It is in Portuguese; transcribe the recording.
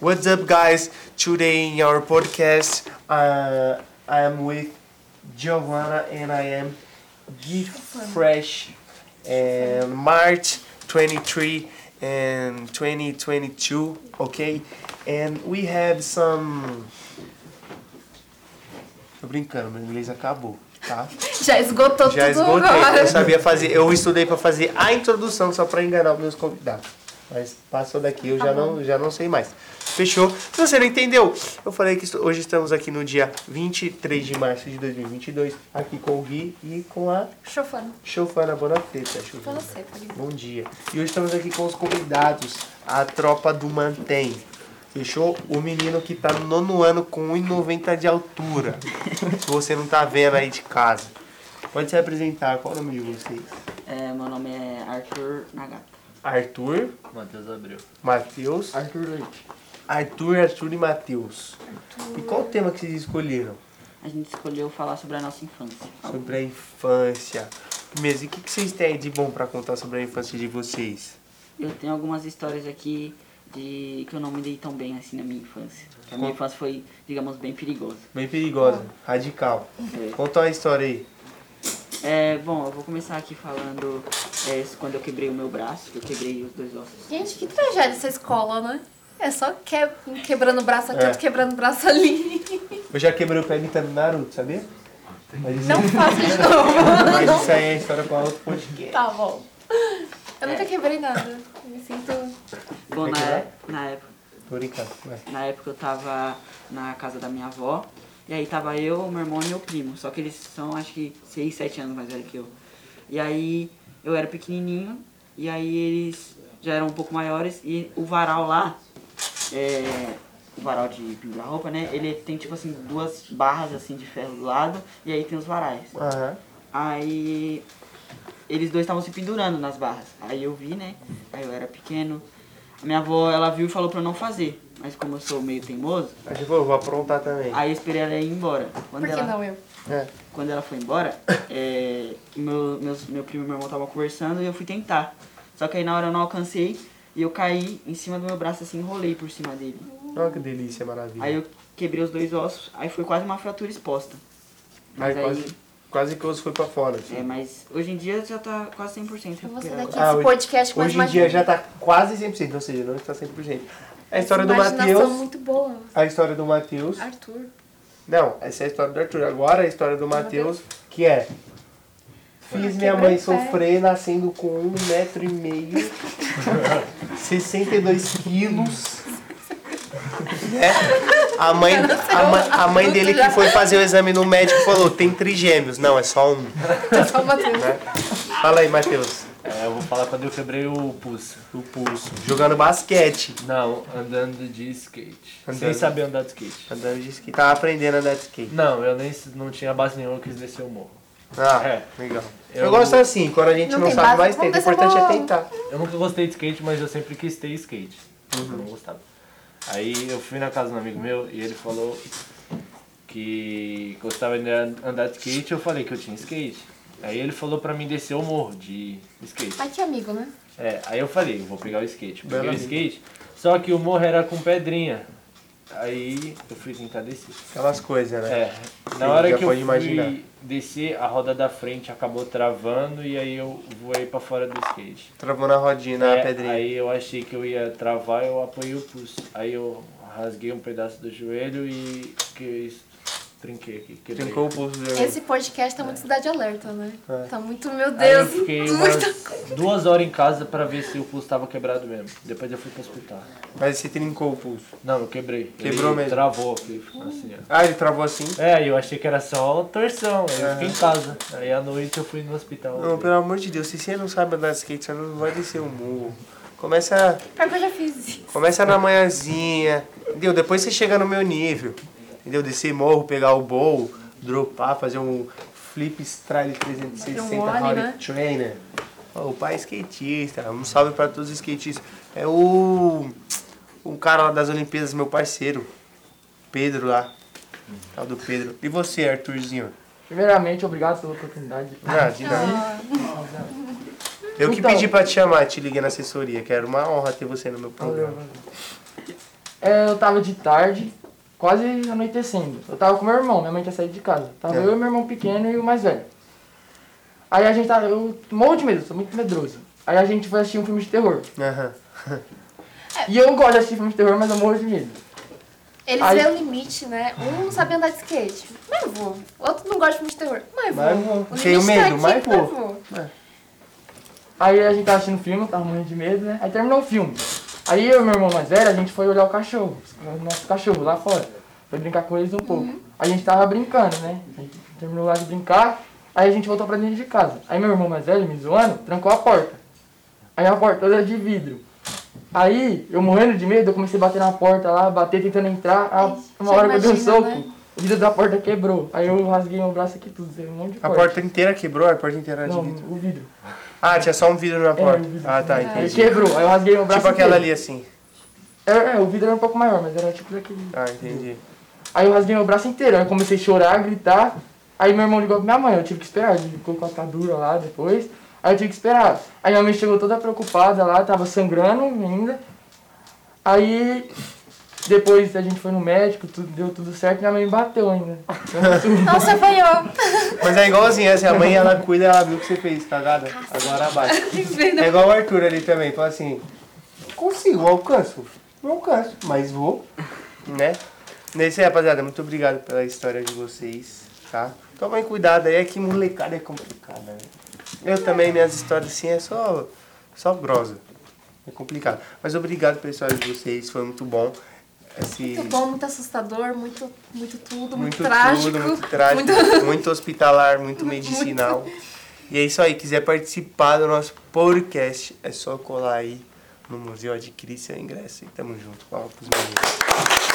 What's up, guys? Today in our podcast, uh, I am with Giovanna and I am Geek Fresh and March 23 and 2022. Okay, and we have some. Tô brincando, meu inglês acabou, tá? Já esgotou Já tudo esgotei. agora. Eu sabia fazer, eu estudei pra fazer a introdução só pra enganar os meus convidados. Mas passou daqui, eu já não, já não sei mais. Fechou? Se você não entendeu, eu falei que est- hoje estamos aqui no dia 23 de março de 2022, aqui com o Gui e com a Chofando. Chofana tá Bonafeta. Pra Chofana. você, pode Bom dia. E hoje estamos aqui com os convidados, a tropa do Mantém. Fechou? O menino que tá no nono ano com 1,90 de altura. Se você não tá vendo aí de casa. Pode se apresentar, qual o nome de vocês? É, meu nome é Arthur Nagata. Arthur, Matheus abriu. Matheus. Arthur Leite. Arthur, Arthur e Matheus. E qual o tema que vocês escolheram? A gente escolheu falar sobre a nossa infância. Sobre a infância. Mesmo, e o que que vocês têm aí de bom pra contar sobre a infância de vocês? Eu tenho algumas histórias aqui de que eu não me dei tão bem assim na minha infância. A minha infância foi, digamos, bem perigosa. Bem perigosa, radical. Conta uma história aí. É, bom, eu vou começar aqui falando é, quando eu quebrei o meu braço, que eu quebrei os dois ossos. Gente, que tragédia essa escola, né? É só que... quebrando o braço aqui, É. outro quebrando o braço ali. Eu já quebrei o pé imitando Naruto, sabia? Mas isso, Não faça de novo. mas isso aí é história pra outro podcast. Tá bom. É. Eu nunca quebrei nada. Me sinto... Bom, Quer na, quebrar? é- na época, Tô brincando, vai. na época eu tava na casa da minha avó, e aí tava eu, meu irmão e meu primo, só que eles são acho que 6, 7 anos mais velho que eu. E aí eu era pequenininho, e aí eles já eram um pouco maiores, e o varal lá, é, o varal de pendurar roupa, né, ele tem tipo assim duas barras assim de ferro do lado, e aí tem os varais. Aham. Aí eles dois estavam se pendurando nas barras. Aí eu vi, né? Aí eu era pequeno. A minha avó, ela viu e falou pra eu não fazer. Mas como eu sou meio teimoso, Aí você falou, tipo, vou aprontar também. aí eu esperei ela ir embora. Quando Por que ela, não eu? É. Quando ela foi embora, é, meu, meus, meu primo e meu irmão estavam conversando e eu fui tentar. Só que aí na hora eu não alcancei e eu caí em cima do meu braço assim, enrolei por cima dele. Olha que delícia, maravilha. Aí eu quebrei os dois ossos, aí foi quase uma fratura exposta. Aí Mas aí, quase, quase que o osso foi pra fora. assim. é, mas hoje em dia já tá quase 100% Eu vou recuperado. sair daqui Ah, desse hoje- podcast com Hoje em dia já tá quase 100%, ou seja, não tá está 100%. A história do Imaginação Matheus. muito boa. A história do Matheus. Arthur. Não, essa é a história do Arthur. Agora a história do Matheus, que é. Fiz Ah, minha mãe quebrei o pé. sofrer nascendo com um metro e meio, 62 quilos. né? A mãe, a, ma- a mãe dele que foi fazer o exame no médico falou: tem trigêmeos. Não, é só um. Só o Matheus. Fala aí, Matheus. É, eu vou falar quando eu quebrei o pulso. O pulso. Jogando basquete. Não, andando de skate. Andando. Sem saber andar de skate. Andando de skate. Tá aprendendo a andar de skate. Não, eu nem não tinha base nenhuma, eu quis descer o morro. Ah, É. legal. Eu... Eu- gosto assim, quando a gente não, Não tem sabe base, mais, vamos tenta. O descer importante é logo. tentar. Eu nunca gostei de skate, mas eu sempre quis ter skate. Eu não gostava. Aí eu fui na casa de um amigo meu e ele falou que gostava de andar de skate, eu falei que eu tinha skate. Aí ele falou pra mim descer o morro de skate. Ai, que amigo, né? É, aí eu falei, eu vou pegar o skate. Eu Bela Peguei o vida. skate, só que o morro era com pedrinha. Aí eu fui tentar descer. Aquelas coisas, né? É, Sim, na hora já que eu pode fui imaginar. descer, a roda da frente acabou travando e aí eu voei pra fora do skate. Travou na rodinha, na É, pedrinha. Aí eu achei que eu ia travar, eu apoiei o pulso. Aí eu rasguei um pedaço do joelho e que isso, trinquei aqui. Quebrei. Trincou o pulso dele. Esse podcast tá muito cidade alerta, né? É. Tá muito, meu Aí eu Deus. fiquei Muito... umas duas horas em casa pra ver se o pulso tava quebrado mesmo. Depois eu fui pro hospital. Mas você trincou o pulso. Não, eu quebrei. Quebrou Ele mesmo. Travou aqui, ficou assim, ó. Ah, ele travou assim? É, eu achei que era só torção, aí eu fiquei em casa. Aí à noite eu fui no hospital. É. Não, pelo amor de Deus, se você não sabe andar de skate, você não vai descer o morro. Começa, Pior que eu já fiz isso. começa na manhãzinha, entendeu? Depois você chega no meu nível, entendeu? Descer morro, pegar o bowl, dropar, fazer um flip stride 360 Fazer um ollie, Rory né? trainer. Ó, o pai é skatista, um salve pra todos os skatistas. É o, o cara lá das Olimpíadas, meu parceiro, Pedro lá. Tal do Pedro. E você, Arthurzinho? Primeiramente, obrigado pela oportunidade. Ah, de nada. Ah, Eu que Então- pedi pra te chamar, te liguei na assessoria, que era uma honra ter você no meu programa. É, eu tava de tarde, quase anoitecendo. Eu tava com meu irmão, minha mãe tinha saído de casa. Tava É. eu e meu irmão pequeno e o mais velho. Aí a gente tava. Eu morro de medo, sou muito medroso. Aí a gente foi assistir um filme de terror. Aham. E eu gosto de assistir filme de terror, mas eu morro de medo. Eles Ai. vê o limite, né? Um não sabe andar de skate, mas eu vou. O outro não gosta muito de terror, mas eu vou. Mas eu vou. O limite Tenho tá medo, aqui, mas eu vou. vou. Aí a gente tava assistindo o filme, eu tava morrendo de medo, né? Aí terminou o filme. Aí eu e meu irmão mais velho, a gente foi olhar o cachorro, o nosso cachorro lá fora. Foi brincar com eles um pouco. Uhum. A gente tava brincando, né? A gente terminou lá de brincar, aí a gente voltou pra dentro de casa. Aí meu irmão mais velho, me zoando, trancou a porta. Aí a porta era de vidro. Aí, eu morrendo de medo, eu comecei a bater na porta lá, bater tentando entrar. Aí, uma Você hora que eu dei um imagina, soco, né? o vidro da porta quebrou. Aí eu rasguei meu braço aqui tudo, teve um monte de A corte. porta inteira quebrou, a porta inteira era de Não, vidro. o vidro. Ah, tinha só um vidro na É, porta. o vidro. Ah, tá, Ele entendi. quebrou, aí eu rasguei meu braço Tipo aquela inteiro. ali assim. É, é, o vidro era um pouco maior, mas era tipo daquele. Ah, entendi. Aí eu rasguei meu braço inteiro, aí eu comecei a chorar, gritar. Aí meu irmão ligou pra minha mãe, eu tive que esperar, ele colocou a atadura lá depois. Aí eu tive que esperar. Aí minha mãe chegou toda preocupada lá, tava sangrando ainda. Aí depois a gente foi no médico, tudo, deu tudo certo, minha mãe me bateu ainda. Então você apanhou. Mas é igualzinho, assim, a mãe ela cuida, ela viu o que você fez, cagada. Agora abaixa. É igual o Arthur ali também, fala assim, consigo, alcanço. Não alcanço, mas vou, né? É isso aí, rapaziada. Muito obrigado pela história de vocês, tá? Tomem cuidado aí, é que molecada é complicada, né? Eu também, minhas histórias assim, é só, só grosa. É complicado. Mas obrigado pela história de vocês, foi muito bom. Esse... Muito bom, muito assustador, muito, muito tudo, muito, Muito trágico. tudo, muito trágico, muito, hospitalar, muito medicinal. E é isso aí, quiser participar do nosso podcast, é só colar aí no Museu Adquirir seu ingresso e tamo junto. Palmas pros meninos.